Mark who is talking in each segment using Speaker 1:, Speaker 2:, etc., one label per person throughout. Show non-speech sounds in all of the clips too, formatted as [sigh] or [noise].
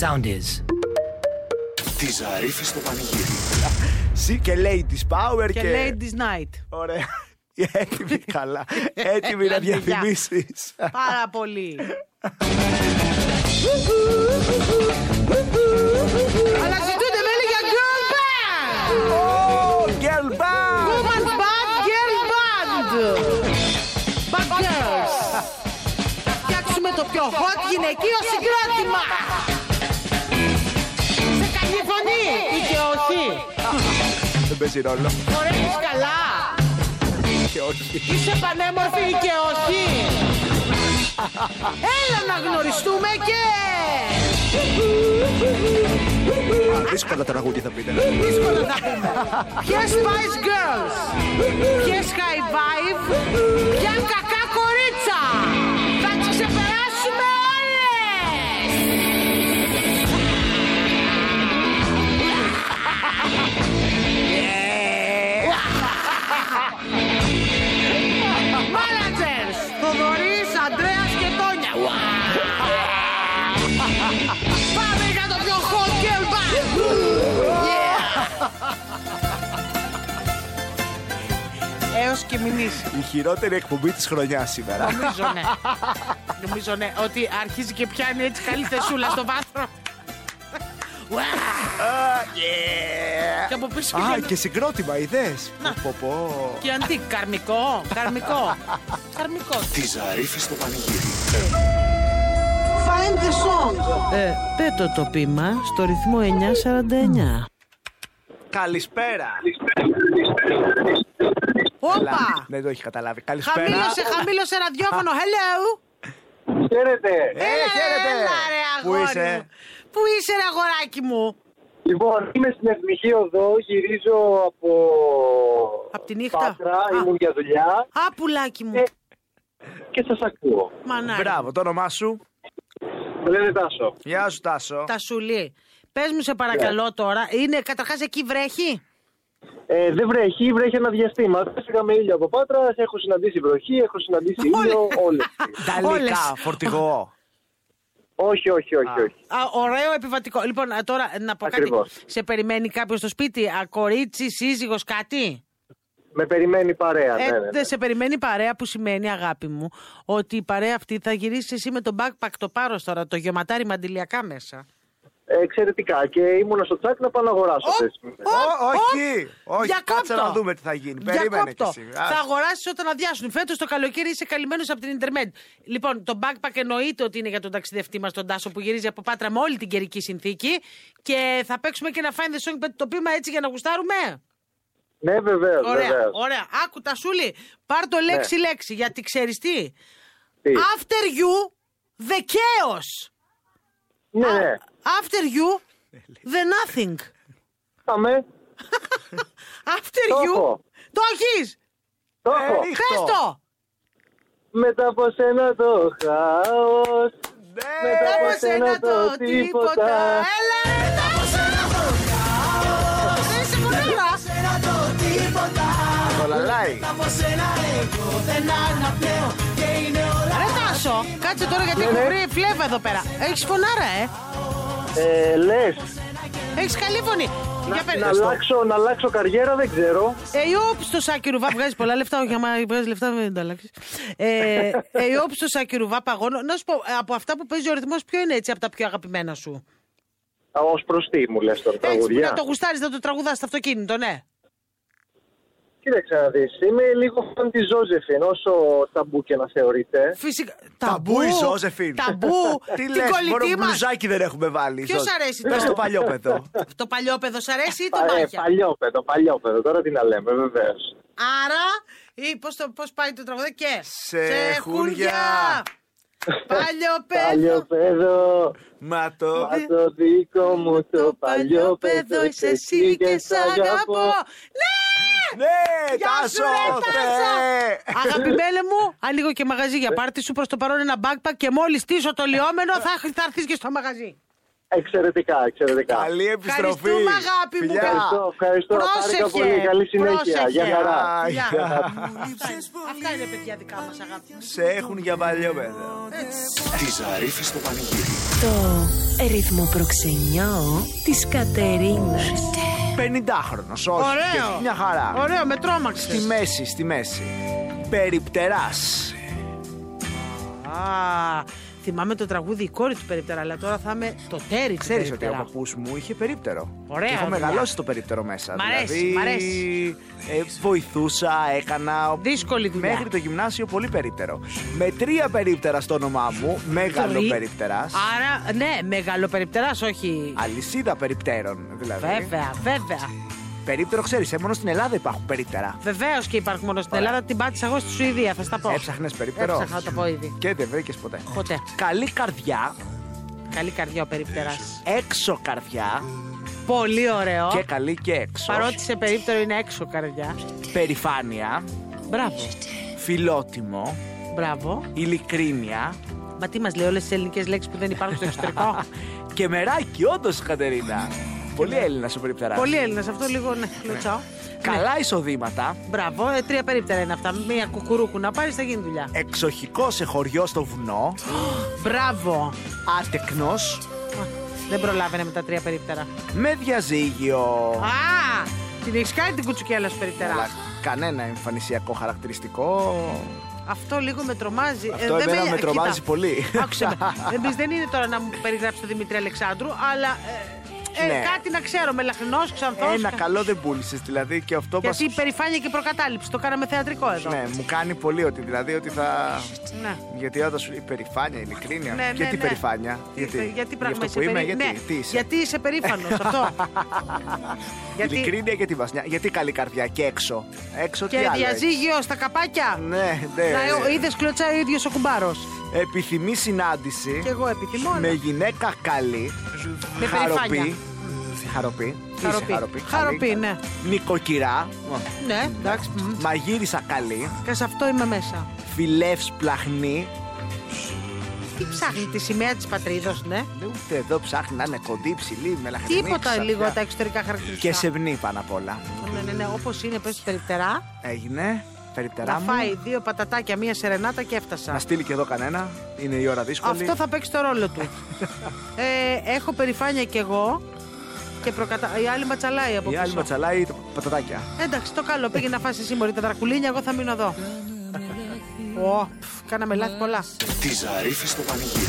Speaker 1: Sound is.
Speaker 2: Τη Ζαρίφη στο πανηγύρι. Συ και Ladies Power
Speaker 3: Και
Speaker 2: και.
Speaker 3: Ladies Night.
Speaker 2: Ωραία.
Speaker 3: [laughs]
Speaker 2: Έτοιμη καλά. Έτοιμη να
Speaker 3: Έλα, παιδιά.
Speaker 2: διαφημίσεις.
Speaker 3: Πάρα πολύ. Αναζητούνται μέλη για girl band.
Speaker 2: Girl band!
Speaker 3: Woman band, girl band. Bad girls. Θα φτιάξουμε το πιο hot γυναικείο συγκρότημα. Σε καλή φωνή ή και όχι.
Speaker 2: Δεν παίζει ρόλο.
Speaker 3: Χορεύεις καλά.
Speaker 2: Και όχι.
Speaker 3: Είσαι πανέμορφη ή και όχι. Έλα να γνωριστούμε και...
Speaker 2: Α, Δύσκολα τραγούδια θα ναι. πείτε.
Speaker 3: Δύσκολα να πούμε. Ποια Spice Girls, ποια High Vibe, ποια κακά κορίτσα. Θα τις ξεπεράσουμε όλες. Managers, Θοδωρής, Αντρέας και Τόνια. Πάμε για το πιο hot girl band. Έως και μηνύσει.
Speaker 2: Η χειρότερη εκπομπή της χρονιάς σήμερα.
Speaker 3: Νομίζω ναι. Νομίζω ναι. Ότι αρχίζει και πιάνει έτσι καλή θεσούλα στο βάθρο. Ουα!
Speaker 2: Α, yeah.
Speaker 3: και από πίσω
Speaker 2: Α,
Speaker 3: και...
Speaker 2: και συγκρότημα, είδε. Πω πω.
Speaker 3: και αντί, καρμικό, καρμικό. καρμικό.
Speaker 2: Τη Ζαρίφη στο πανηγύρι.
Speaker 4: Find the song.
Speaker 5: Ε, πέτω το πείμα στο ρυθμό 949.
Speaker 2: Καλησπέρα. Καλά,
Speaker 3: Όπα!
Speaker 2: ναι, Δεν το έχεις καταλάβει. Καλησπέρα.
Speaker 3: χαμήλωσε, χαμήλωσε ραδιόφωνο. Hello!
Speaker 6: Χαίρετε.
Speaker 2: Ε, χαίρετε.
Speaker 3: Έλα, ρε,
Speaker 2: Πού
Speaker 3: αγόρι
Speaker 2: είσαι.
Speaker 3: μου. Πού είσαι, ρε, αγοράκι μου.
Speaker 6: Λοιπόν, είμαι στην Εθνική Οδό, γυρίζω από.
Speaker 3: Απ' τη νύχτα.
Speaker 6: Πάτρα,
Speaker 3: Α.
Speaker 6: ήμουν για δουλειά
Speaker 3: Α, πουλάκι μου.
Speaker 6: Ε. και σας ακούω.
Speaker 3: Μανάρι.
Speaker 2: Μπράβο, το όνομά σου.
Speaker 6: Με λένε Τάσο.
Speaker 2: Γεια σου, Τάσο.
Speaker 3: Τα σουλή. Πες μου σε παρακαλώ τώρα, είναι καταρχάς εκεί βρέχει.
Speaker 6: Ε, δεν βρέχει, βρέχει ένα διαστήμα. Φύγαμε ήλιο από Πάτρα, έχω συναντήσει βροχή, έχω συναντήσει ήλιο, όλες.
Speaker 2: Ταλικά,
Speaker 3: όλες.
Speaker 2: φορτηγό.
Speaker 6: όχι, όχι, όχι.
Speaker 2: Α.
Speaker 6: όχι.
Speaker 3: Α, ωραίο επιβατικό. Λοιπόν, α, τώρα να πω
Speaker 6: Ακριβώς.
Speaker 3: κάτι. Σε περιμένει κάποιος στο σπίτι, α, κορίτσι, σύζυγος, κάτι.
Speaker 6: Με περιμένει η παρέα.
Speaker 3: Ε,
Speaker 6: ναι, ναι, ναι.
Speaker 3: δεν σε περιμένει η παρέα που σημαίνει, αγάπη μου, ότι η παρέα αυτή θα γυρίσει εσύ με τον backpack το πάρος τώρα, το γεωματάρι μαντιλιακά μέσα.
Speaker 6: Ε, εξαιρετικά. Και ήμουνα στο τσάκ να πάω να αγοράσω. αυτή τη στιγμή.
Speaker 3: Ω, ω,
Speaker 2: όχι, όχι.
Speaker 3: διακόπτω.
Speaker 2: Κάτσε να δούμε τι θα γίνει. Περίμενε κι
Speaker 3: Διακόπτω.
Speaker 2: εσύ. Ας.
Speaker 3: Θα αγοράσει όταν αδειάσουν. Φέτος το καλοκαίρι είσαι καλυμμένος από την Ιντερνετ. Λοιπόν, το backpack εννοείται ότι είναι για τον ταξιδευτή μας τον Τάσο που γυρίζει από πάτρα με όλη την καιρική συνθήκη. Και θα παίξουμε και ένα find the song το πείμα έτσι για να γουστάρουμε.
Speaker 6: Ναι, βεβαίως.
Speaker 3: Ωραία, ωραία. Άκου τα σούλη. Πάρ
Speaker 6: Ναι.
Speaker 3: το λέξη-λέξη, γιατί ξέρεις τι. After you, the chaos.
Speaker 6: Ναι, ναι.
Speaker 3: After you, the nothing.
Speaker 6: Πάμε.
Speaker 3: After
Speaker 6: Το
Speaker 3: you.
Speaker 6: έχω.
Speaker 3: Το έχει!
Speaker 6: Το
Speaker 2: Ε,
Speaker 6: έχω.
Speaker 2: ρίχτω.
Speaker 3: Πες το!
Speaker 6: Μετά από σένα το χάος
Speaker 2: Ναι.
Speaker 6: Μετά
Speaker 3: Δεν
Speaker 6: από
Speaker 3: μου σένα
Speaker 6: σένα το τίποτα
Speaker 3: Έλα ρε, τα μουσά! Δεν είσαι κοντάρα!
Speaker 2: Το λαλάει.
Speaker 3: Ρε Τάσο, κάτσε τώρα
Speaker 6: Ναι,
Speaker 3: γιατί έχω βρει φλέβα εδώ πέρα. Έχεις φωνάρα, ε!
Speaker 6: Ε, λες,
Speaker 3: Έχεις καλή φωνή. Για πες.
Speaker 6: να αλλάξω, να αλλάξω καριέρα δεν ξέρω.
Speaker 3: Ε, η όπιστο Σάκη Ρουβά βγάζει πολλά λεφτά. Όχι, άμα βγάζει λεφτά δεν τα αλλάξεις. Ε, ε, η όπιστο Σάκη Ρουβά παγώνω. Να σου πω, ε, από αυτά που παίζει ο ρυθμός, ποιο είναι έτσι από τα πιο αγαπημένα σου.
Speaker 6: Α, Ως προς τι μου λες τώρα
Speaker 3: Έτσι, που να
Speaker 6: τραγουδιά.
Speaker 3: το γουστάρεις, να το τραγουδάς στο αυτοκίνητο, ναι.
Speaker 6: Κοίταξε να δεις, είμαι λίγο φαν της Ζώζεφιν, όσο ταμπού και να θεωρείτε.
Speaker 3: Φυσικά.
Speaker 2: Ταμπού η Ζώζεφιν.
Speaker 3: Ταμπού.
Speaker 2: Τι
Speaker 3: την
Speaker 2: λες, μόνο
Speaker 3: κολλητή μας.
Speaker 2: μπλουζάκι δεν έχουμε βάλει.
Speaker 3: Ποιος
Speaker 2: Ζώζη.
Speaker 3: αρέσει
Speaker 2: Πες
Speaker 3: το-
Speaker 2: το παλιό παιδό.
Speaker 3: Το Ε, παλιό παιδό σ' αρέσει ή το
Speaker 6: Ε, Παλιό
Speaker 3: μάχια.
Speaker 6: παλιόπαιδο, παλιόπαιδο, τώρα τι να λέμε βεβαίως.
Speaker 3: Άρα, ή πώς, το, πώς πάει το τραγουδί και.
Speaker 2: Σε χουριά.
Speaker 3: χουριά. [laughs] Παλιό παιδό.
Speaker 6: Παλιόπαιδο,
Speaker 2: Μα το...
Speaker 6: μα το δικό μου το
Speaker 3: Ε. Παλιό
Speaker 6: παλιόπαιδο,
Speaker 3: παιδό είσαι εσύ και σ' αγαπώ. Ναι!
Speaker 2: Ναι,
Speaker 3: Γεια σου,
Speaker 2: Τάσο! ναι.
Speaker 3: ρε, Τάσο! Αγαπημένη μου, ανοίγω και μαγαζί για πάρτι σου. Προς το παρόν ένα backpack και μόλις στήσω το λιόμενο θα, έχ- θα έρθεις και στο μαγαζί.
Speaker 6: Εξαιρετικά, εξαιρετικά.
Speaker 2: Καλή επιστροφή.
Speaker 3: Ευχαριστούμε, αγάπη μου.
Speaker 2: Φιλιά.
Speaker 6: Ευχαριστώ, ευχαριστώ. Χάρηκα
Speaker 3: Πρόσεχε.
Speaker 6: πολύ. Καλή συνέχεια.
Speaker 3: Πρόσεχε.
Speaker 6: Γεια χαρά.
Speaker 2: Γεια.
Speaker 3: Γεια.
Speaker 2: Γεια.
Speaker 3: Αυτά είναι. Αυτά είναι παιδιά δικά μας αγάπη.
Speaker 2: Σε έχουν για παλιό παιδό. Τη Ζαρίφη στο πανηγύρι.
Speaker 7: Το ρυθμοπροξενιό της Κατερίνας.
Speaker 2: 50χρονο, όχι.
Speaker 3: Ωραίο.
Speaker 2: και Μια χαρά.
Speaker 3: Ωραίο, με τρόμαξες.
Speaker 2: Στη μέση, στη μέση. Περιπτεράς.
Speaker 3: Α, θυμάμαι το τραγούδι η κόρη του Περιπτερά, αλλά τώρα θα είμαι το τέρι του
Speaker 2: Ξέρεις ότι ο
Speaker 3: Περιπτερά.
Speaker 2: παππούς μου είχε περίπτερο.
Speaker 3: Ωραία,
Speaker 2: Έχω
Speaker 3: ρε,
Speaker 2: μεγαλώσει το περίπτερο μέσα.
Speaker 3: Μ' αρέσει,
Speaker 2: δηλαδή,
Speaker 3: μ' αρέσει.
Speaker 2: ε, βοηθούσα, έκανα.
Speaker 3: Δύσκολη δουλειά.
Speaker 2: Μέχρι το γυμνάσιο πολύ περίπτερο. Με τρία περίπτερα στο όνομά μου, μεγάλο
Speaker 3: Τρι-
Speaker 2: περίπτερας.
Speaker 3: Άρα, ναι, μεγάλο Περιπτερά, όχι.
Speaker 2: Αλυσίδα περιπτέρων, δηλαδή.
Speaker 3: Βέβαια, βέβαια.
Speaker 2: Περίπτερο, ξέρεις, μόνο στην Ελλάδα υπάρχουν περίπτερα.
Speaker 3: Βεβαίως και υπάρχουν μόνο στην Ελλάδα. Την πάτησα εγώ στη Σουηδία, θα στα πω.
Speaker 2: Έψαχνες περίπτερο.
Speaker 3: Έψαχνα να το πω ήδη.
Speaker 2: Και δεν βρήκες ποτέ.
Speaker 3: Ποτέ.
Speaker 2: Καλή καρδιά,
Speaker 3: Καλή καρδιά ο Περιπτερά.
Speaker 2: έξω καρδιά
Speaker 3: Πολύ ωραίο.
Speaker 2: και καλή και έξω.
Speaker 3: Παρότι σε περίπτερο είναι έξω καρδιά.
Speaker 2: Περιφάνεια,
Speaker 3: Μπράβο.
Speaker 2: φιλότιμο,
Speaker 3: Μπράβο.
Speaker 2: ειλικρίνεια.
Speaker 3: Μα τι μας λέει όλες τις ελληνικές λέξεις που δεν υπάρχουν στο
Speaker 2: [laughs]
Speaker 3: εξωτερικό.
Speaker 2: και μεράκι, όντως, Κατερίνα. Πολύ Έλληνα ο περιπτερά.
Speaker 3: Πολύ Έλληνα, αυτό λίγο ναι. Λουτσάω.
Speaker 2: Καλά εισοδήματα.
Speaker 3: Μπράβο, ε, τρία περίπτερα είναι αυτά. Μία κουκουρούκου να πάρεις, θα γίνει δουλειά.
Speaker 2: Εξοχικό σε χωριό στο βουνό.
Speaker 3: Μπράβο.
Speaker 2: Άτεκνος.
Speaker 3: Α, Δεν προλάβαινε με τα τρία περίπτερα.
Speaker 2: Με διαζύγιο.
Speaker 3: Α! Την έχεις κάνει την κουτσουκέλα σου περιπτερά.
Speaker 2: Αλλά κανένα εμφανισιακό χαρακτηριστικό.
Speaker 3: Αυτό λίγο με τρομάζει. Ε,
Speaker 2: Αυτό εμένα με τρομάζει
Speaker 3: Κοίτα,
Speaker 2: πολύ.
Speaker 3: Άκουσε με. Εμείς δεν είναι τώρα να μου περιγράψει τον Δημητρή Αλεξάνδρου, αλλά ε, ε,
Speaker 2: Ναι.
Speaker 3: κάτι να ξέρω. Μελαχρινός, ξανθός.
Speaker 2: [laughs] Ένα καλό δεν πούλησες, δηλαδή και αυτό
Speaker 3: Γιατί
Speaker 2: μας-
Speaker 3: υπερηφάνεια και προκατάληψη. Το κάναμε θεατρικό εδώ.
Speaker 2: Ναι, μου κάνει πολύ ότι δηλαδή ότι θα.
Speaker 3: Ναι.
Speaker 2: Γιατί όταν σου λέει περηφάνεια, ειλικρίνεια.
Speaker 3: Ναι,
Speaker 2: και
Speaker 3: ναι,
Speaker 2: τι
Speaker 3: ναι.
Speaker 2: περηφάνεια.
Speaker 3: Τι- Γιατί,
Speaker 2: γι'
Speaker 3: πράγμα
Speaker 2: αυτό
Speaker 3: είσαι
Speaker 2: που είμαι,
Speaker 3: περί-
Speaker 2: γιατί.
Speaker 3: ναι,
Speaker 2: Τι είσαι.
Speaker 3: γιατί είσαι περήφανος
Speaker 2: [laughs]
Speaker 3: αυτό. γιατί
Speaker 2: Ειλικρίνεια και τη βασιά. Γιατί καλή καρδιά και έξω. Έξω τι
Speaker 3: και
Speaker 2: άλλο. έχει.
Speaker 3: διαζύγιο στα καπάκια.
Speaker 2: Ναι, ναι.
Speaker 3: Να είδες κλωτσά ο ίδιος ο κουμπάρος.
Speaker 2: Επιθυμεί συνάντηση
Speaker 3: Και εγώ επιθυμώ.
Speaker 2: με
Speaker 3: να-
Speaker 2: γυναίκα καλή.
Speaker 3: Με
Speaker 2: χαροπή.
Speaker 3: περηφάνεια.
Speaker 2: Χαροπή. Είσαι
Speaker 3: Χαροπή.
Speaker 2: Χαροπή,
Speaker 3: Χαροπή,
Speaker 2: καλή.
Speaker 3: ναι.
Speaker 2: Νοικοκυρά.
Speaker 3: Ναι, εντάξει. μμμ.
Speaker 2: Μαγείρισα καλή.
Speaker 3: Και σε αυτό είμαι μέσα.
Speaker 2: Φιλεύς πλαχνή.
Speaker 3: Τι ψάχνει τη σημαία της πατρίδα, ναι.
Speaker 2: Ναι, Ούτε εδώ ψάχνει να είναι κοντή, ψηλή, μελαχρινή.
Speaker 3: Τίποτα
Speaker 2: ξαφιά.
Speaker 3: λίγο τα εξωτερικά χαρακτηριστικά.
Speaker 2: Και σεμνή πάνω απ' όλα.
Speaker 3: Ναι, ναι, ναι, όπως είναι, πες περιπτερά.
Speaker 2: Έγινε. Περιπτερά
Speaker 3: Να
Speaker 2: μου.
Speaker 3: φάει δύο πατατάκια, μία σερενάτα και
Speaker 2: Να
Speaker 3: έφτασα.
Speaker 2: στείλει και εδώ κανένα. Είναι η ώρα δύσκολη.
Speaker 3: Αυτό θα παίξει το ρόλο
Speaker 2: [laughs]
Speaker 3: του. ε, έχω περηφάνεια κι εγώ. Και προκατα... Η άλλη ματσαλάει από
Speaker 2: Η
Speaker 3: πίσω.
Speaker 2: άλλη ματσαλάει τα πατατάκια.
Speaker 3: Εντάξει, το καλό. Πήγε να φάσει εσύ μωρή τα δρακουλίνια, εγώ θα μείνω εδώ. Ω, πφ, κάναμε λάθη πολλά.
Speaker 8: Τη Ζαρίφη στο πανηγύρι.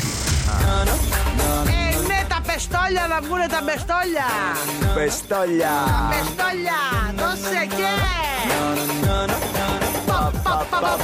Speaker 3: Ε, ναι, τα πεστόλια να βγουνε τα πεστόλια!
Speaker 2: Πεστόλια.
Speaker 3: Πεστόλια, δώσε και! Πα, πα, πα, πα.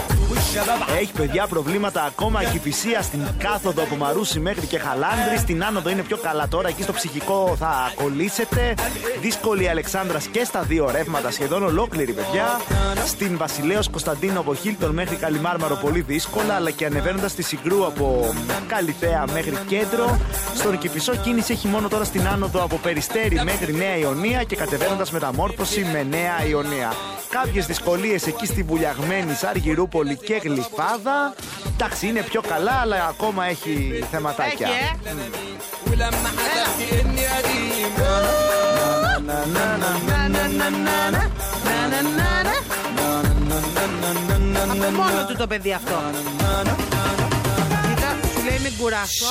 Speaker 2: Έχει παιδιά προβλήματα ακόμα ακυφυσία στην κάθοδο από Μαρούσι μέχρι και Χαλάνδρη. Στην άνοδο είναι πιο καλά τώρα. Εκεί στο ψυχικό θα κολλήσετε. Δύσκολη Αλεξάνδρας και στα δύο ρεύματα σχεδόν ολόκληρη παιδιά. Στην Βασιλέως Κωνσταντίνο από Χίλτον μέχρι Καλιμάρμαρο πολύ δύσκολα. Αλλά και ανεβαίνοντας τη Συγκρού από Καλιθέα μέχρι κέντρο. Στον Κηφισό κίνηση έχει μόνο τώρα στην άνοδο από Περιστέρη μέχρι Νέα Ιωνία και κατεβαίνοντας μεταμόρφωση με Νέα Ιωνία. Κάποιες δυσκολίες εκεί στη βουλιαγμένη Σαργυρούπολη και Γλυφάδα. Εντάξει, είναι πιο καλά, αλλά ακόμα έχει θεματάκια.
Speaker 3: Έχει, ε. Να, να, να, να, να. Να, να, να, να. Από μόνο του το παιδί αυτό. Κοίτα, σου λέει μην κουράσω.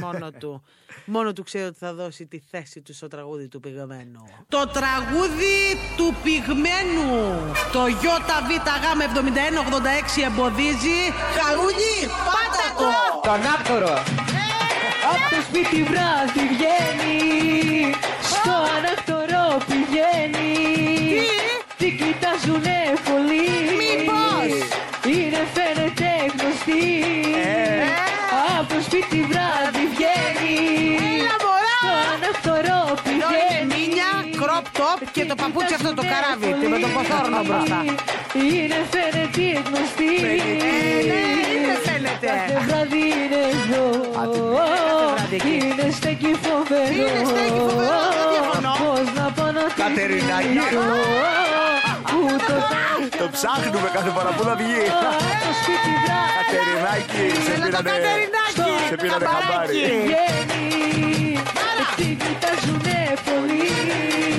Speaker 3: Μόνο του. Μόνο του ξέρω ότι θα δώσει τη θέση του στο τραγούδι του πυγμένου. Το τραγούδι του πυγμένου. Το ΙΒΓ7186 εμποδίζει. Χαρούνι, πάτα το!
Speaker 9: Τον άπορο. Απ' το σπίτι βράδυ βγαίνει, στο ανακτορό πηγαίνει. Τι κοιτάζουνε πολύ,
Speaker 3: Μήπως?
Speaker 9: είναι φαίνεται γνωστή.
Speaker 3: Ε.
Speaker 9: Απ' Ε, το σπίτι βράδυ βγαίνει,
Speaker 3: Έλα, μωρά!
Speaker 9: στο ανακτορό
Speaker 3: Εδώ
Speaker 9: πηγαίνει.
Speaker 3: είναι μίνια, crop top και το παπούτσι αυτό το καράβι. Τι με το ποθόρνο μπροστά.
Speaker 9: Είναι φαίνεται γνωστή.
Speaker 3: Ε, ναι, είναι φαίνεται.
Speaker 9: Κάθε βράδυ είναι εδώ.
Speaker 3: βράδυ εκεί.
Speaker 9: Είναι στέκει φοβερό.
Speaker 3: Είναι στέκι φοβερό, δεν διαφωνώ.
Speaker 9: Πώς να πάω να το
Speaker 2: Κατερινάκη.
Speaker 9: θυμηθώ. Ούτω
Speaker 2: Το ψάχνουμε κάθε φορά που θα βγει.
Speaker 9: το σπίτι βράδυ
Speaker 2: Κατερινάκη, σε
Speaker 3: Έλα το
Speaker 2: πήρανε.
Speaker 3: Κατερινάκι,
Speaker 2: Σε
Speaker 3: το
Speaker 2: πήρανε
Speaker 3: καμπαράκι.
Speaker 2: χαμπάρι.
Speaker 9: βγαίνει. Αυτοί κοιτάζουνε πολύ.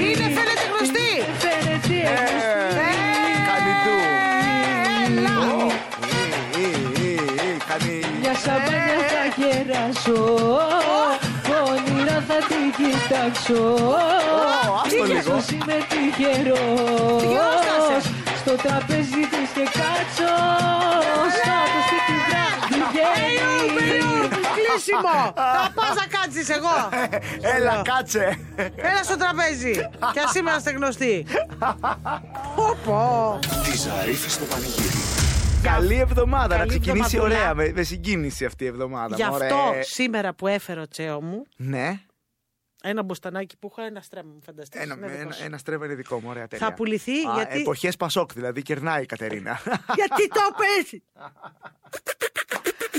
Speaker 3: Είναι φαίνεται γνωστή.
Speaker 9: Φαίνεται
Speaker 3: Ε,
Speaker 9: γνωστή.
Speaker 2: Κανιτού.
Speaker 3: Έλα.
Speaker 2: Ω, ε, ε, ε, ε, Κανι.
Speaker 9: Μια σαμπάνια θα κεράσω Όνειρα θα την κοιτάξω
Speaker 2: άστο λίγο.
Speaker 9: Ίσως είμαι τυχερός Στο τραπέζι της και κάτσω Σάτο στη κυβρά πηγαίνει
Speaker 3: Ε,
Speaker 9: [laughs]
Speaker 3: Κλείσιμο! Θα πας να κάτσεις εγώ!
Speaker 2: Έλα, κάτσε.
Speaker 3: Έλα στο τραπέζι! Κι ας είμαστε γνωστοί! Πω, πω.
Speaker 8: Τη Ζαρίφη στο πανηγύρι.
Speaker 2: Καλή εβδομάδα. Να
Speaker 3: Καλή
Speaker 2: ξεκινήσει
Speaker 3: εβδομαδούλα.
Speaker 2: ωραία. Με, με συγκίνηση αυτή η εβδομάδα.
Speaker 3: Γι'
Speaker 2: μωρέ.
Speaker 3: αυτό σήμερα που έφερε τσέο μου,
Speaker 2: Ναι.
Speaker 3: ένα μποστανάκι που είχα, ένα στρέμμα, μου φανταστείτε.
Speaker 2: Ένα, ένα, ένα στρέμμα είναι δικό μου. Ωραία, τέλεια.
Speaker 3: Θα πουληθεί, γιατί-
Speaker 2: Εποχές Πασόκ, δηλαδή κερνάει η
Speaker 3: [laughs]
Speaker 2: Κατερίνα.
Speaker 3: Γιατί το πες!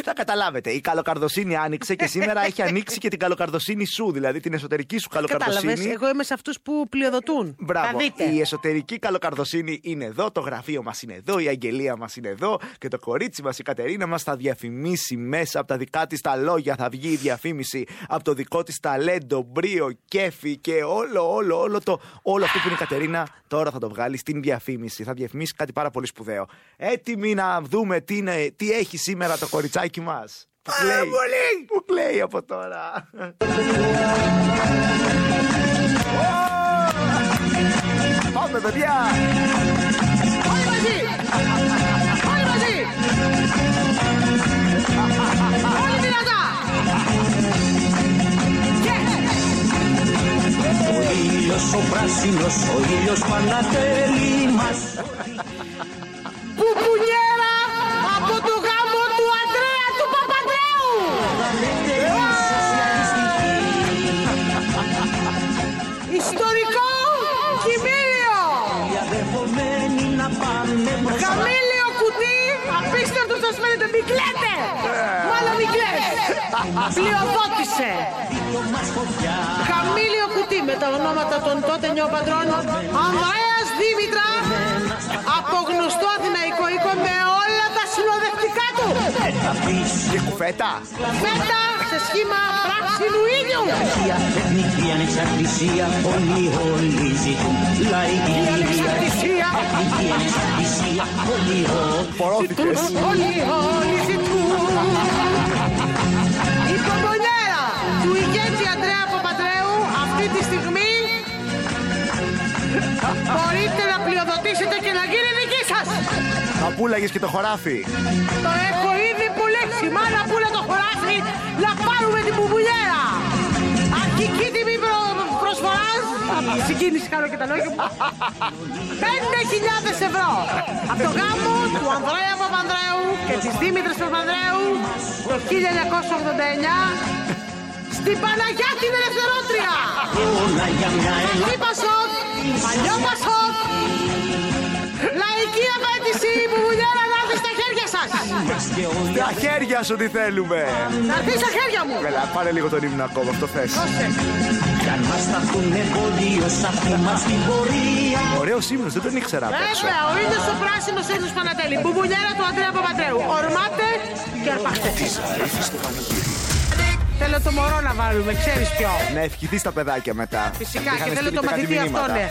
Speaker 2: Θα καταλάβετε. Η καλοκαρδοσύνη άνοιξε και σήμερα έχει ανοίξει και την καλοκαρδοσύνη σου, δηλαδή την εσωτερική σου
Speaker 3: Κατάλαβες,
Speaker 2: καλοκαρδοσύνη.
Speaker 3: εγώ είμαι σε αυτούς που πλειοδοτούν.
Speaker 2: Μπράβο.
Speaker 3: Θα δείτε.
Speaker 2: Η εσωτερική καλοκαρδοσύνη είναι εδώ, το γραφείο μας είναι εδώ, η αγγελία μας είναι εδώ και το κορίτσι μας, η Κατερίνα μας, θα διαφημίσει μέσα από τα δικά της τα λόγια. Θα βγει η διαφήμιση από το δικό της ταλέντο, μπρίο, κέφι και όλο, όλο, όλο το. Όλο αυτό που είναι η Κατερίνα τώρα θα το βγάλει στην διαφήμιση. Θα διαφημίσει κάτι πάρα πολύ σπουδαίο. Έτοιμοι να δούμε τι, είναι- τι έχει σήμερα το κοριτσάκι μας. Που κλαίει. Που κλαίει από τώρα. Πάμε, παιδιά!
Speaker 3: Πουπουνιέρα από το γάμο του Αντρέα του Παπαντρέου! Ιστορικό κοιμήλιο! Χαμήλιο κουτί, απίστευτο σας φαίνεται, μην κλαίτε! Μάλλον μην κλαις! Πλειοδότησε! Χαμήλιο κουτί με τα ονόματα των τότε νεοπαντρών Ανδρέας Δήμητρα από γνωστό αθηναϊκό οίκο με όλα τα συνοδευτικά του
Speaker 2: Και κουφέτα!
Speaker 3: Φέτα σε σχήμα πράσινου ήλιου
Speaker 10: Εθνική ανεξαρτησία όλοι όλοι ζητούν Λαϊκή
Speaker 3: Η ανεξαρτησία
Speaker 10: εθνική ανεξαρτησία όλοι όλοι
Speaker 2: Πορώθηκες.
Speaker 3: όλοι όλοι ζητούν Η κομπονιέρα του ηγέτη Ανδρέα Παπαντρέου αυτή τη στιγμή μπορείτε να πλειοδοτήσετε και να γίνει δική σας
Speaker 2: Θα πουλάγες και το χωράφι.
Speaker 3: Το έχω ήδη πουλήσει. Μάνα που να το χωράσει, να πάρουμε την μπουμπουλιέρα. Αρχική τιμή προ... προσφορά. Συγκίνηση, κάνω και τα λόγια μου. 5.000 ευρώ. Από το γάμο του Ανδρέα Παπανδρέου και της Δήμητρας Παπανδρέου το 1989 στην Παναγιά την Ελευθερότρια.
Speaker 10: αιώνα για μια
Speaker 3: Εκεί Πασόκ, παλιό Πασόκ. Λαϊκή απέτηση, η μπουμπουλιέρα να έρθει στα χέρια σας.
Speaker 2: Τα χέρια σου τι θέλουμε.
Speaker 3: Να έρθει στα χέρια μου!
Speaker 2: Καλά, πάρε λίγο τον ύμνο ακόμα, αυτό θες.
Speaker 3: Δώσε.
Speaker 10: Κι αν μας τα έχουν εμπόδιο σ' αυτή μας την πορεία
Speaker 2: Ωραίος ύμνος, δεν τον ήξερα απ' έξω.
Speaker 3: Βέβαια, ο ήλιο ο πράσινος ήλιο Πανατέλη. Μπουμπουνιέρα του Αντρέα Παπατρέου. Ορμάτε και αρπαχτέ.
Speaker 8: Τη Ζαρίφη στο πανηγύρι.
Speaker 3: Θέλω το μωρό να βάλουμε, ξέρεις ποιο.
Speaker 2: Να ευχηθείς τα παιδάκια μετά.
Speaker 3: Φυσικά
Speaker 2: Είχανε
Speaker 3: και θέλω
Speaker 2: στείλει
Speaker 3: το
Speaker 2: και κάτι
Speaker 3: μαθητή αυτό,
Speaker 2: μηνύματα.
Speaker 3: ναι.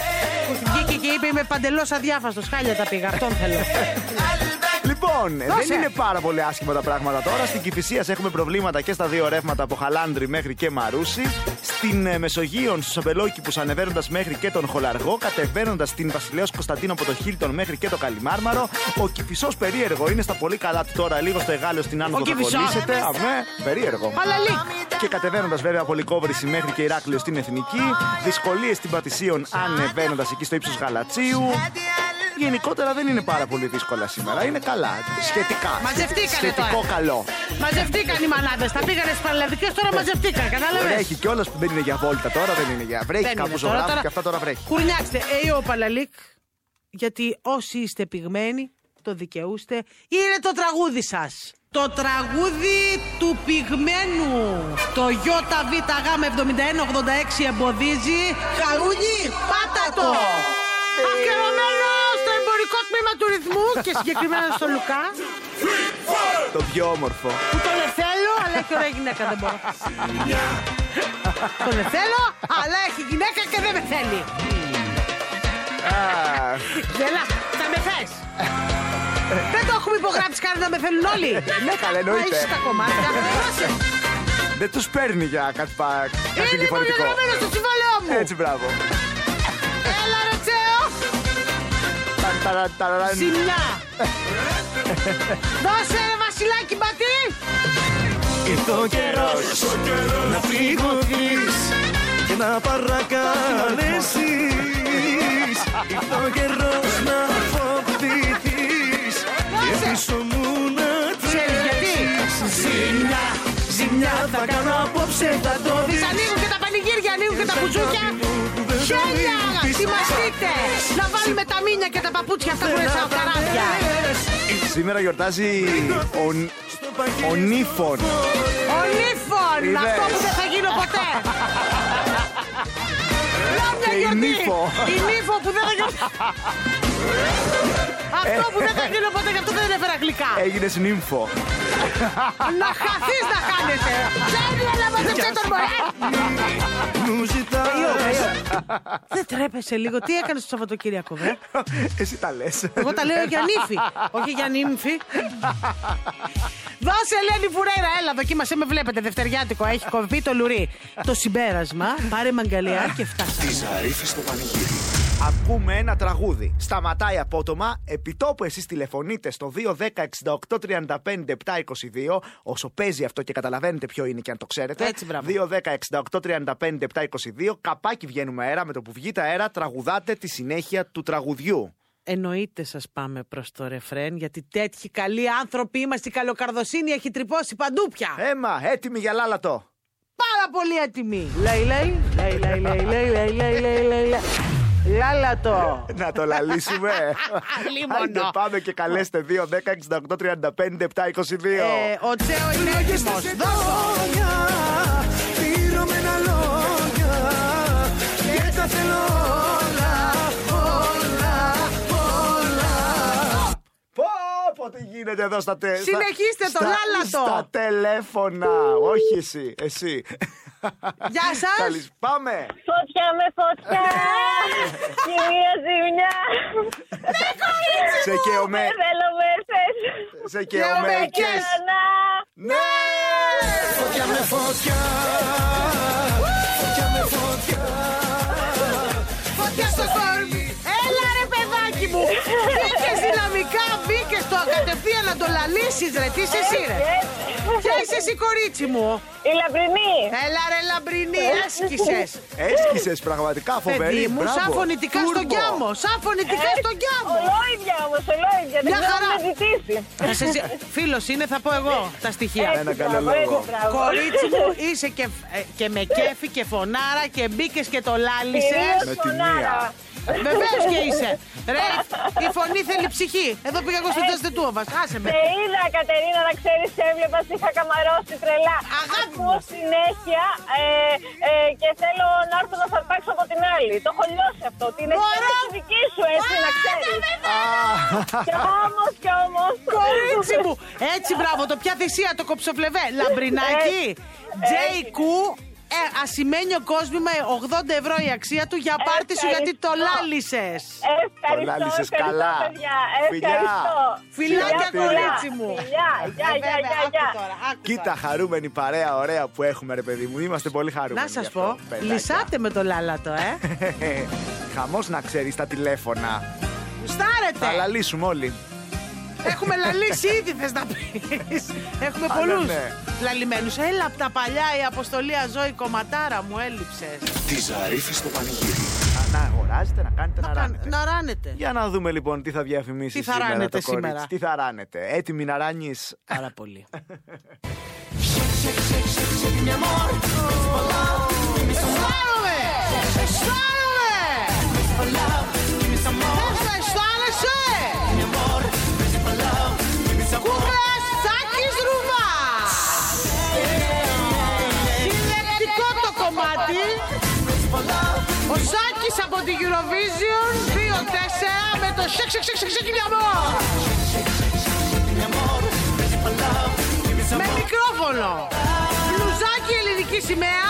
Speaker 3: Που βγήκε και είπε Είμαι παντελώς αδιάφαστος. Χάλια τα πήγα. Αυτόν θέλω.
Speaker 2: Λοιπόν,
Speaker 3: Δώσε.
Speaker 2: δεν είναι πάρα πολύ άσχημα τα πράγματα τώρα. Στην Κυφυσίας έχουμε προβλήματα και στα δύο ρεύματα από Χαλάνδρη μέχρι και Μαρούση. Στην ε, Μεσογείων, στους Αμπελόκηπου, ανεβαίνοντας μέχρι και τον Χολαργό, κατεβαίνοντας την Βασιλέως Κωνσταντίνο από το Χίλτον μέχρι και το Καλιμάρμαρο. Ο Κυφισό περίεργο είναι στα πολύ καλά του τώρα, λίγο στο Εγάλεο στην Άνοδο
Speaker 3: Ο
Speaker 2: θα
Speaker 3: Κυφισός.
Speaker 2: κολλήσετε. Αμέ, ναι, περίεργο.
Speaker 3: Αλλά λί.
Speaker 2: Και κατεβαίνοντας βέβαια από Λικόβριση μέχρι και Ηράκλειο στην Εθνική. Δυσκολίες στην Πατησίων ανεβαίνοντας εκεί στο ύψος Γαλατσίου. Γενικότερα δεν είναι πάρα πολύ δύσκολα σήμερα. Είναι καλά. Σχετικά.
Speaker 3: Μαζευτήκανε
Speaker 2: Σχετικό
Speaker 3: τώρα.
Speaker 2: καλό.
Speaker 3: Μαζευτήκαν οι μανάδες. Τα πήγανε στις παραλλαδικέ, τώρα μαζευτήκαν. Κατάλαβες.
Speaker 2: Βρέχει κιόλας που δεν είναι για βόλτα τώρα, δεν είναι για. Βρέχει κάπου ζωγράφη και αυτά τώρα βρέχει.
Speaker 3: Κουρνιάξτε, ε, ο Παλαλίκ, γιατί όσοι είστε πυγμένοι, το δικαιούστε. Είναι το τραγούδι σας. Το τραγούδι του πυγμένου. Το ΙΒΓ7186 εμποδίζει. Χαρούνι, πάτα το! Αφιερωμένο στο εμπορικό τμήμα του ρυθμού και συγκεκριμένα στο Λουκά.
Speaker 2: Το πιο όμορφο.
Speaker 3: Που τον εθέλω, αλλά έχει ωραία γυναίκα, δεν
Speaker 2: [laughs]
Speaker 3: μπορώ. τον εθέλω, αλλά έχει γυναίκα και δεν με θέλει.
Speaker 2: Αχ,
Speaker 3: Γελά, θα με θες. Δεν το έχουμε υπογράψει καν να με θέλουν όλοι.
Speaker 2: Ναι, καλά, εννοείται. [laughs]
Speaker 3: Έχεις τα κομμάτια. Δώσε.
Speaker 2: Δεν τους παίρνει για κάτι, πα... κάτι
Speaker 3: Είναι
Speaker 2: διαφορετικό.
Speaker 3: υπογεγραμμένο στο συμβόλαιό μου.
Speaker 2: Έτσι, μπράβο.
Speaker 3: Έλα ρε Τσέο.
Speaker 2: Ταν, ταρα, ταραραν. [laughs]
Speaker 3: Ζημιά. Δώσε ρε βασιλάκι μπατή.
Speaker 11: Ήρθε ο καιρός να φυγωθείς και να παρακαλέσεις Ήρθε ο καιρός να φοβηθείς και πίσω μου να
Speaker 3: Ξέρεις γιατί.
Speaker 11: τρέξεις Ζημιά, ζημιά θα κάνω απόψε θα το δεις
Speaker 3: Τις ανοίγουν και τα πανηγύρια, ανοίγουν και τα κουτσούκια. Χέλια, θυμαστείτε. Να βάλουμε τα μήνια και τα παπούτσια αυτά που είναι σαν καράβια.
Speaker 2: Σήμερα γιορτάζει ο, Ν- ο Νίφων.
Speaker 3: Ο Νίφων,
Speaker 2: Είδες.
Speaker 3: αυτό που δεν θα γίνω ποτέ. Να μια
Speaker 2: Και η
Speaker 3: γιορτή.
Speaker 2: Νύφο.
Speaker 3: Η Νύφο που δεν θα γιορτά. Αυτό που δεν
Speaker 2: Ε.
Speaker 3: θα γίνω ποτέ, γι' αυτό δεν έφερα γλυκά.
Speaker 2: Έγινε νύμφο.
Speaker 3: Να χαθείς να χάνετε. Χέλια, να μαζέψε τον μωρέ.
Speaker 11: Μου
Speaker 2: Ε,
Speaker 11: ζητάς
Speaker 3: Δεν τρέπεσαι λίγο. Τι έκανες το Σαββατοκύριακο, ε? βρε.
Speaker 2: Εσύ τα λες.
Speaker 3: Εγώ τα λέω για νύφη, όχι για νύμφη. Δώσε Ελένη Φουρέρα, έλα, δοκίμασε με βλέπετε. Δευτεριάτικο, έχει κοπεί το λουρί. Το συμπέρασμα, πάρε μαγκαλιά και φτάσαμε.
Speaker 8: Της Ζαρίφη στο πανηγύρι.
Speaker 2: Ακούμε ένα τραγούδι. Σταματάει απότομα. Επιτόπου εσείς τηλεφωνείτε στο 210-68-35-722. Όσο παίζει αυτό και καταλαβαίνετε ποιο είναι και αν το ξέρετε.
Speaker 3: Έτσι, μπράβο.
Speaker 2: 210-68-35-722. Καπάκι βγαίνουμε αέρα. Με το που βγείτε αέρα, τραγουδάτε τη συνέχεια του τραγουδιού.
Speaker 3: Εννοείται σας πάμε προς το ρεφρέν, γιατί τέτοιοι καλοί άνθρωποι είμαστε. Η καλοκαρδοσύνη έχει τρυπώσει παντού πια.
Speaker 2: Έμα, έτοιμοι για λάλατο.
Speaker 3: Πάρα πολύ έτοιμοι.
Speaker 5: Λέει, λέει, λέει, λέει, λέει, λέει, λέει, λέει, λέει, λέει, λέει. Λάλατο.
Speaker 2: Να το λαλήσουμε.
Speaker 3: [laughs] Λίμωνο.
Speaker 2: Άντε πάμε και καλέστε 2-10-68-35-722.
Speaker 3: Ε, ο Τσέο είναι έτοιμο. Δώσε.
Speaker 11: λόγια, πληρωμένα λόγια και τα θέλω όλα, όλα, όλα.
Speaker 2: Πω, πω, τι γίνεται εδώ στα τέλη.
Speaker 3: Συνεχίστε το,
Speaker 2: Στα
Speaker 3: λάλατο.
Speaker 2: τηλέφωνα. Όχι εσύ, εσύ.
Speaker 3: Γεια σας.
Speaker 2: Καλής- Πάμε.
Speaker 12: Φωτιά με
Speaker 3: [laughs]
Speaker 12: φωτιά! Κυρία Ζημιά!
Speaker 2: Σε
Speaker 3: Ε,
Speaker 2: καίωμε.
Speaker 12: Θέλω με θες!
Speaker 2: Σε
Speaker 3: Καίωμε
Speaker 2: καίωμε.
Speaker 3: και-
Speaker 12: Να!
Speaker 2: Ναι.
Speaker 11: Φωτιά με φωτιά, φωτιά με φωτιά.
Speaker 3: Φωτιά στο κορμί. Έλα ρε παιδάκι μου. Μπήκες δυναμικά, μπήκες στο κατευθείαν να το λαλήσεις, ρε. Τι είσαι εσύ, ρε.
Speaker 12: Yes.
Speaker 3: Ποια είσαι εσύ, κορίτσι μου.
Speaker 12: Η λαμπρινή!
Speaker 3: Έλα ρε λαμπρινή, άσκησες.
Speaker 2: Έσκησες πραγματικά
Speaker 3: Παιδί
Speaker 2: φοβερή.
Speaker 3: μου,
Speaker 2: Μπράβο. Ε.
Speaker 3: σαν φωνητικά στον
Speaker 2: Τούρμπο.
Speaker 3: κιάμο. Σαν φωνητικά Ε, στον κιάμο.
Speaker 12: Ολόιδια όμως, ολόιδια! Δεν
Speaker 3: Μια
Speaker 12: ξέρω
Speaker 3: χαρά.
Speaker 12: να ζητήσεις!
Speaker 3: Θα σε ζη- Φίλος είναι, θα πω εγώ τα στοιχεία.
Speaker 2: Ένα καλό
Speaker 12: Μπράβο,
Speaker 2: λόγο.
Speaker 12: έτσι, μπράβο.
Speaker 3: Ε, Κορίτσι μου, είσαι και, ε, και με κέφι και φωνάρα και μπήκες και το λάλησες.
Speaker 12: Κυρίως
Speaker 2: Με τη
Speaker 12: φωνάρα.
Speaker 2: μία.
Speaker 3: Βεβαίως και είσαι. Ρε, η φωνή θέλει ψυχή. Εδώ πήγα εγώ στο τεστ δεν του έβαζα. Άσε με.
Speaker 12: Σε είδα, Κατερίνα, να ξέρεις, σε έβλεπα, σε είχα καμαρώσει τρελά.
Speaker 3: Αγάπη μου.
Speaker 12: Ακούω συνέχεια ε, ε, και θέλω να έρθω να σ' αρπάξω από την άλλη. Το έχω λιώσει αυτό, ότι είναι
Speaker 3: Μωρό.
Speaker 12: εξέλιξη δική σου, έτσι, να ξέρεις.
Speaker 2: Α,
Speaker 12: Κι όμως, κι όμως.
Speaker 3: Κορίτσι μου! Έτσι, μπράβο, το πια θυσία, το κοψοφλεβέ. Λαμπρινάκι, JQ, ε, ασημένιο κόσμημα, ε, 80 ευρώ η αξία του για πάρτι σου γιατί το λάλησες.
Speaker 12: Ευχαριστώ,
Speaker 2: Κολλάλησες
Speaker 12: ευχαριστώ,
Speaker 2: καλά.
Speaker 12: παιδιά.
Speaker 2: Φιλιά.
Speaker 12: Ευχαριστώ.
Speaker 3: Φιλάκια,
Speaker 12: Φιλιά,
Speaker 3: κορίτσι
Speaker 12: φιλιά.
Speaker 3: μου.
Speaker 12: Φιλιά, γεια,
Speaker 3: Ε,
Speaker 12: γεια,
Speaker 3: βέβαια,
Speaker 12: γεια,
Speaker 3: άκου
Speaker 12: γεια.
Speaker 3: τώρα, άκου
Speaker 2: Κοίτα,
Speaker 3: τώρα.
Speaker 2: χαρούμενη παρέα, ωραία που έχουμε, ρε παιδί μου. Είμαστε πολύ χαρούμενοι.
Speaker 3: Να σας
Speaker 2: γι' αυτό,
Speaker 3: πω,
Speaker 2: παιδάκια.
Speaker 3: λυσάτε με το λάλατο, ε.
Speaker 2: [laughs] Χαμός να ξέρεις τα
Speaker 3: Ναι.
Speaker 2: τηλέφωνα. Θα
Speaker 3: Στάρετε!
Speaker 2: λαλήσουμε όλοι.
Speaker 3: Έχουμε λαλήσει ήδη, θες να πεις. Έχουμε
Speaker 2: Αλλά
Speaker 3: πολλούς
Speaker 2: ναι.
Speaker 3: λαλημένους. Έλα από τα παλιά η αποστολή Αζώη Κομματάρα μου έλειψες.
Speaker 8: Τη Ζαρίφη στο πανηγύρι.
Speaker 2: Α, Να αγοράζετε, να κάνετε, να,
Speaker 3: Να
Speaker 2: ράνετε.
Speaker 3: κάν- Να ράνετε.
Speaker 2: Για να δούμε λοιπόν τι θα διαφημίσεις
Speaker 3: Τι θα
Speaker 2: σήμερα
Speaker 3: ράνετε
Speaker 2: το κορίτσι.
Speaker 3: σήμερα.
Speaker 2: Τι θα ράνετε. Έτοιμοι να ράνεις.
Speaker 3: Πάρα πολύ. Αισθάνομαι! Αισθάνομαι! Πώς αισθάνεσαι! Κουκλασάκης Ρουβά! Συλλεκτικό το κομμάτι! Ο Σάκης από την Eurovision 2-4 με το σεξ σεξ σεξ σεξ μια μόρ! Με μικρόφωνο! Μπλουζάκι ελληνική σημαία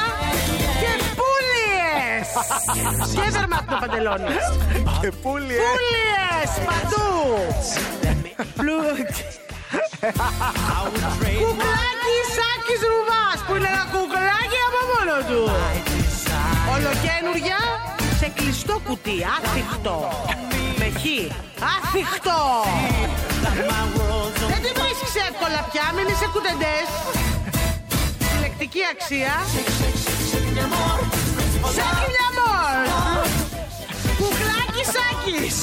Speaker 3: και πουλιες! και δερμάτινο παντελόνι.
Speaker 2: Και πουλι, ε.
Speaker 3: πουλιες παντού! Πλου... Κουκλάκι Σάκης Ρουβάς που είναι ένα κουκλάκι από μόνο του. Ολοκένουργια σε κλειστό κουτί, άθικτο. Με χ, άθικτο. Δεν την βρίσκεις εύκολα πια, μην είσαι κουτεντές. Συλλεκτική αξία. Σάκι μια μόρ. Κουκλάκι Σάκης.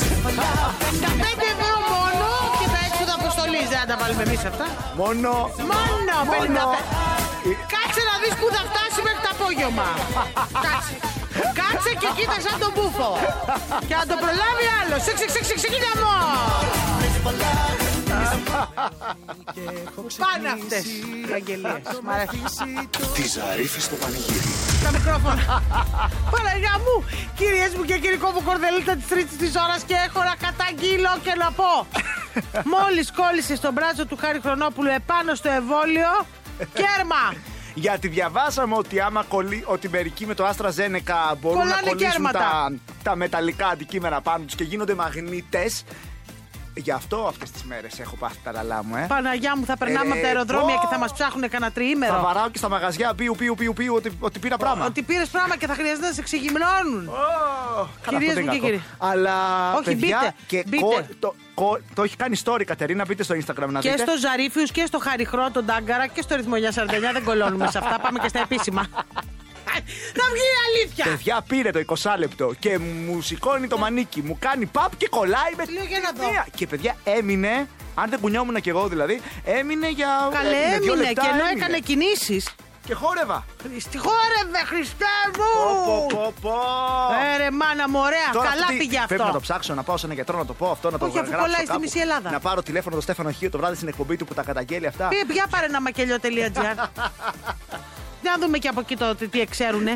Speaker 3: Πέντε ευρώ μόνο και τα έξοδα αποστολής. Δεν θα τα βάλουμε εμείς αυτά.
Speaker 2: Μόνο.
Speaker 3: Μόνο 55. Κάτσε να δεις που θα φτάσει μέχρι το απόγευμα. Κάτσε. Κάτσε και κοίτα σαν τον μπούφο. Και να τον προλάβει άλλος. Σε ξεκινά Πάνε αυτές οι αγγελίες. Μ' αρέσει.
Speaker 8: Τη Ζαρίφη στο πανηγύρι.
Speaker 3: Τα μικρόφωνα. Παναγιά μου, κυρίες μου και κύριοι μου, κορδελίτα της τρίτης της ώρας και έχω να καταγγείλω και να πω. Μόλις κόλλησε στον μπράτσο του Χάρη Χρονόπουλου επάνω στο εμβόλιο, κέρμα.
Speaker 2: Γιατί διαβάσαμε ότι άμα κολλεί, ότι μερικοί με το Άστρα Ζένεκα μπορούν
Speaker 3: Κολλάνε
Speaker 2: να κολλήσουν
Speaker 3: κέρματα.
Speaker 2: τα, τα μεταλλικά αντικείμενα πάνω τους και γίνονται μαγνήτες. Γι' αυτό αυτές τις μέρες έχω πάθει τα λαλά μου, ε.
Speaker 3: Παναγιά μου, θα περνάμε από τα αεροδρόμια
Speaker 2: πω.
Speaker 3: και θα μας ψάχνουν κανένα
Speaker 2: Θα
Speaker 3: τριήμερο.
Speaker 2: βαράω και στα μαγαζιά πιου πιου πιου πιου ότι, ότι πήρα πράγμα.
Speaker 3: Ότι πήρες πράγμα και θα χρειαστεί να σε ξεγυμνώνουν.
Speaker 2: Καλά,
Speaker 3: Κυρίες
Speaker 2: αυτό δεν
Speaker 3: μου και
Speaker 2: κακό.
Speaker 3: κύριοι.
Speaker 2: Αλλά
Speaker 3: Όχι,
Speaker 2: παιδιά,
Speaker 3: μπείτε,
Speaker 2: και
Speaker 3: μπείτε.
Speaker 2: κο- το, κο- το έχει κάνει story Κατερίνα, μπείτε στο Instagram να
Speaker 3: Και
Speaker 2: δείτε.
Speaker 3: στο Ζαρίφιους και στο Χαριχρό, τον Τάγκαρα και στο ρυθμό 949 δεν κολώνουμε σε αυτά. Πάμε και στα επίσημα. Να βγει η αλήθεια.
Speaker 2: Παιδιά πήρε το 20 λεπτό και μου σηκώνει το μανίκι, μου κάνει παπ και κολλάει με
Speaker 3: Λέω για να
Speaker 2: την
Speaker 3: δω.
Speaker 2: ιδέα. Και παιδιά έμεινε, αν δεν κουνιόμουν και εγώ δηλαδή, έμεινε για. ε,
Speaker 3: Καλέ
Speaker 2: έμεινε δύο
Speaker 3: έμεινε
Speaker 2: λεπτά,
Speaker 3: και ενώ
Speaker 2: έμεινε.
Speaker 3: έκανε κινήσεις.
Speaker 2: Και χόρευα.
Speaker 3: Στη χώρα δε Χριστέ μου!
Speaker 2: Πω, πω, πω.
Speaker 3: Έρε μάνα μου, ωραία,
Speaker 2: Τώρα
Speaker 3: Ε, καλά
Speaker 2: αυτή
Speaker 3: πήγε
Speaker 2: Πρέπει να το
Speaker 3: αυτό.
Speaker 2: ψάξω, να πάω σε ένα γιατρό να το πω αυτό, να το
Speaker 3: Όχι, αφού
Speaker 2: γράψω.
Speaker 3: κολλάει στη
Speaker 2: κάπου.
Speaker 3: μισή Ελλάδα.
Speaker 2: Να πάρω τηλέφωνο τον Στέφανο Χίο το βράδυ στην εκπομπή του που τα καταγγέλει αυτά.
Speaker 3: Πήγε πια Ε, πάρε ένα μακελιό.gr. Να δούμε και από εκεί το τι- τι εξέρουνε.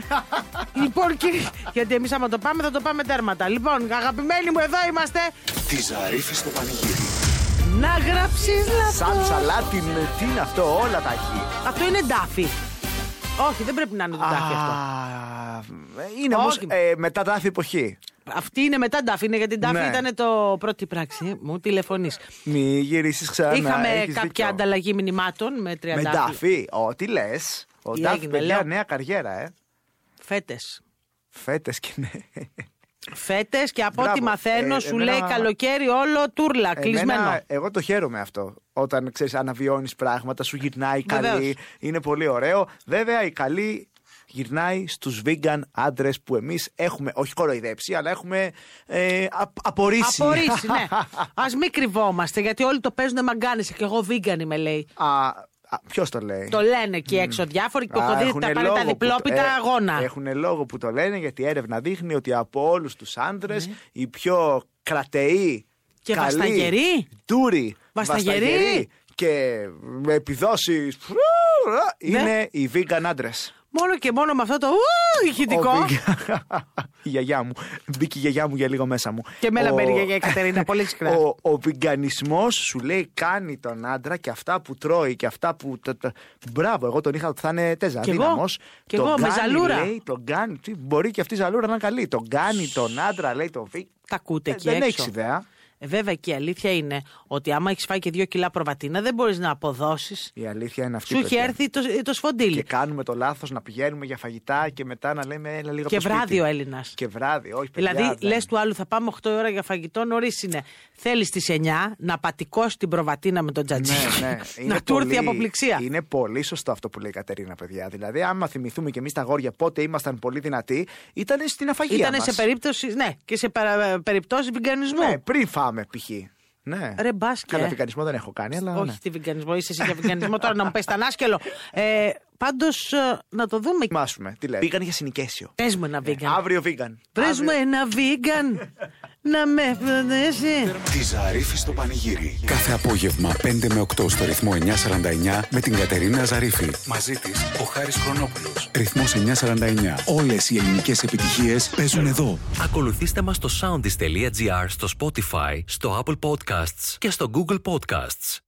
Speaker 3: λοιπόν, κύριε, γιατί εμείς άμα το πάμε θα το πάμε τέρματα. Λοιπόν, αγαπημένοι μου, εδώ είμαστε.
Speaker 8: Τη Ζαρίφη στο πανηγύρι.
Speaker 3: Να γράψεις
Speaker 2: Σαν
Speaker 3: λαθό.
Speaker 2: σαλάτι με τι είναι αυτό, όλα τα έχει.
Speaker 3: Αυτό είναι ντάφι. Όχι, δεν πρέπει να είναι το ντάφι αυτό.
Speaker 2: Α, ε, Είναι όμως
Speaker 3: Όχι.
Speaker 2: μετά τάφη εποχή.
Speaker 3: Αυτή είναι μετά ντάφι, είναι γιατί ντάφι
Speaker 2: Ναι.
Speaker 3: ήταν το πρώτη πράξη. Μου τηλεφωνείς.
Speaker 2: Μη γυρίσεις ξανά.
Speaker 3: Είχαμε
Speaker 2: Ε, ναι, έχεις
Speaker 3: κάποια
Speaker 2: δίκιο.
Speaker 3: ανταλλαγή μηνυμάτων με τρία
Speaker 2: Με
Speaker 3: ντάφι.
Speaker 2: Ντάφη, ό, τι λες. Ο
Speaker 3: Τι
Speaker 2: Ντάφη,
Speaker 3: έγινε,
Speaker 2: παιδιά,
Speaker 3: λέω.
Speaker 2: νέα καριέρα, ε.
Speaker 3: Φέτες.
Speaker 2: Φέτες και ναι.
Speaker 3: Φέτες και από ό,τι
Speaker 2: Μπράβο.
Speaker 3: μαθαίνω,
Speaker 2: Ε,
Speaker 3: σου
Speaker 2: εμένα-
Speaker 3: λέει καλοκαίρι όλο τούρλα, κλεισμένο.
Speaker 2: Εμένα, ναι, εγώ το χαίρομαι αυτό. Όταν ξέρεις, αναβιώνεις πράγματα, σου γυρνάει η καλή.
Speaker 3: Βεβαίως.
Speaker 2: Είναι πολύ ωραίο. Βέβαια, η καλή γυρνάει στους vegan άντρες που εμείς έχουμε, όχι κοροϊδέψει, αλλά έχουμε ε, α, απορρίσει.
Speaker 3: Απορρίσει,
Speaker 2: [laughs]
Speaker 3: ναι. Ας μην κρυβόμαστε, γιατί όλοι το παίζουν μαγκάνισε. Και εγώ βίγκαν είμαι, λέει.
Speaker 2: Ποιος το λέει.
Speaker 3: Το λένε εκεί έξω διάφοροι και έχω δει τα πάνε τα διπλόπιτα
Speaker 2: ε,
Speaker 3: αγώνα.
Speaker 2: Έχουν λόγο που το λένε γιατί η έρευνα δείχνει ότι από όλους τους άντρες οι πιο κρατεοί
Speaker 3: Ναι. Και
Speaker 2: καλοί,
Speaker 3: βασταγεροί.
Speaker 2: ντούροι,
Speaker 3: Βασταγεροί.
Speaker 2: και με επιδόσεις
Speaker 3: Ναι.
Speaker 2: είναι οι vegan άντρες.
Speaker 3: Μόνο και μόνο με αυτό το ου, ηχητικό.
Speaker 2: [laughs] η γιαγιά μου. Μπήκε η γιαγιά μου για λίγο μέσα μου.
Speaker 3: Και εμένα
Speaker 2: Ο-
Speaker 3: μπαίνει η γιαγιά η Κατερίνα, πολύ συχνά.
Speaker 2: [laughs] Ο, ο βιγκανισμός σου λέει κάνει τον άντρα και αυτά που τρώει και αυτά που. τα- τα- Μπράβο, εγώ τον είχα ότι θα είναι τέζα.
Speaker 3: Κι εγώ.
Speaker 2: αδύναμος.
Speaker 3: Κι
Speaker 2: Τον
Speaker 3: εγώ, με
Speaker 2: κάνει,
Speaker 3: ζαλούρα.
Speaker 2: Λέει, τον κάνει, τι, μπορεί και αυτή η ζαλούρα να είναι καλή. Τον κάνει τον άντρα, λέει το βι.
Speaker 3: Τα ακούτε
Speaker 2: Ε,
Speaker 3: εκεί
Speaker 2: Δεν
Speaker 3: έξω.
Speaker 2: έχεις ιδέα.
Speaker 3: Ε, Βέβαια και η αλήθεια είναι ότι άμα έχεις φάει και δύο κιλά προβατίνα, δεν μπορείς να αποδώσεις.
Speaker 2: Η αλήθεια είναι αυτή.
Speaker 3: Σου είχε
Speaker 2: παιδιά.
Speaker 3: έρθει το, το σφοντήλι.
Speaker 2: Και κάνουμε το λάθος να πηγαίνουμε για φαγητά και μετά να λέμε έλα λίγο
Speaker 3: Και
Speaker 2: από το
Speaker 3: βράδυ
Speaker 2: σπίτι.
Speaker 3: ο Έλληνας.
Speaker 2: Και βράδυ, όχι παιδιά,
Speaker 3: Δηλαδή,
Speaker 2: δεν-
Speaker 3: λες του άλλου, θα πάμε 8 η ώρα για φαγητό, νωρίς είναι. Θέλεις στι 9 να πατικώσει την προβατίνα με τον τζατζί.
Speaker 2: Ναι,
Speaker 3: [laughs]
Speaker 2: ναι.
Speaker 3: να του έρθει η αποπληξία.
Speaker 2: Είναι πολύ σωστό αυτό που λέει η Κατερίνα, παιδιά. Δηλαδή, άμα θυμηθούμε και εμείς τα γόρια πότε ήμασταν πολύ δυνατοί, ήταν στην αφαγία.
Speaker 3: Ήταν
Speaker 2: μας.
Speaker 3: σε περίπτωση, ναι, και σε παρα- περιπτώσει βιγκανισμού.
Speaker 2: Ναι, πριν φάμε, π.χ. Ναι.
Speaker 3: Ρε, μπας και-
Speaker 2: Καλά, βικανισμό δεν έχω κάνει, αλλά.
Speaker 3: Όχι
Speaker 2: ναι.
Speaker 3: τη βιγκανισμό, είσαι εσύ για βιγκανισμό τώρα να μου πες τα άσκελο. Ε, Πάντως, να το δούμε.
Speaker 2: Θυμάσουμε, τι λέει. Πήγαν για συνοικέσιο.
Speaker 3: Πες μου ένα βίγκαν.
Speaker 2: Ε, Αύριο βίγκαν.
Speaker 3: Πες μου ένα βίγκαν. να με φροντίσει.
Speaker 8: Τη Ζαρίφη στο πανηγύρι.
Speaker 13: Κάθε απόγευμα 5 με 8 στο ρυθμό 949 με την Κατερίνα Ζαρίφη.
Speaker 11: Μαζί της ο Χάρης Χρονόπουλος.
Speaker 13: Ρυθμός 949. Όλες οι ελληνικές επιτυχίες παίζουν εδώ.
Speaker 1: Ακολουθήστε μας στο soundis.gr, στο Spotify, στο Apple Podcasts και στο Google Podcasts.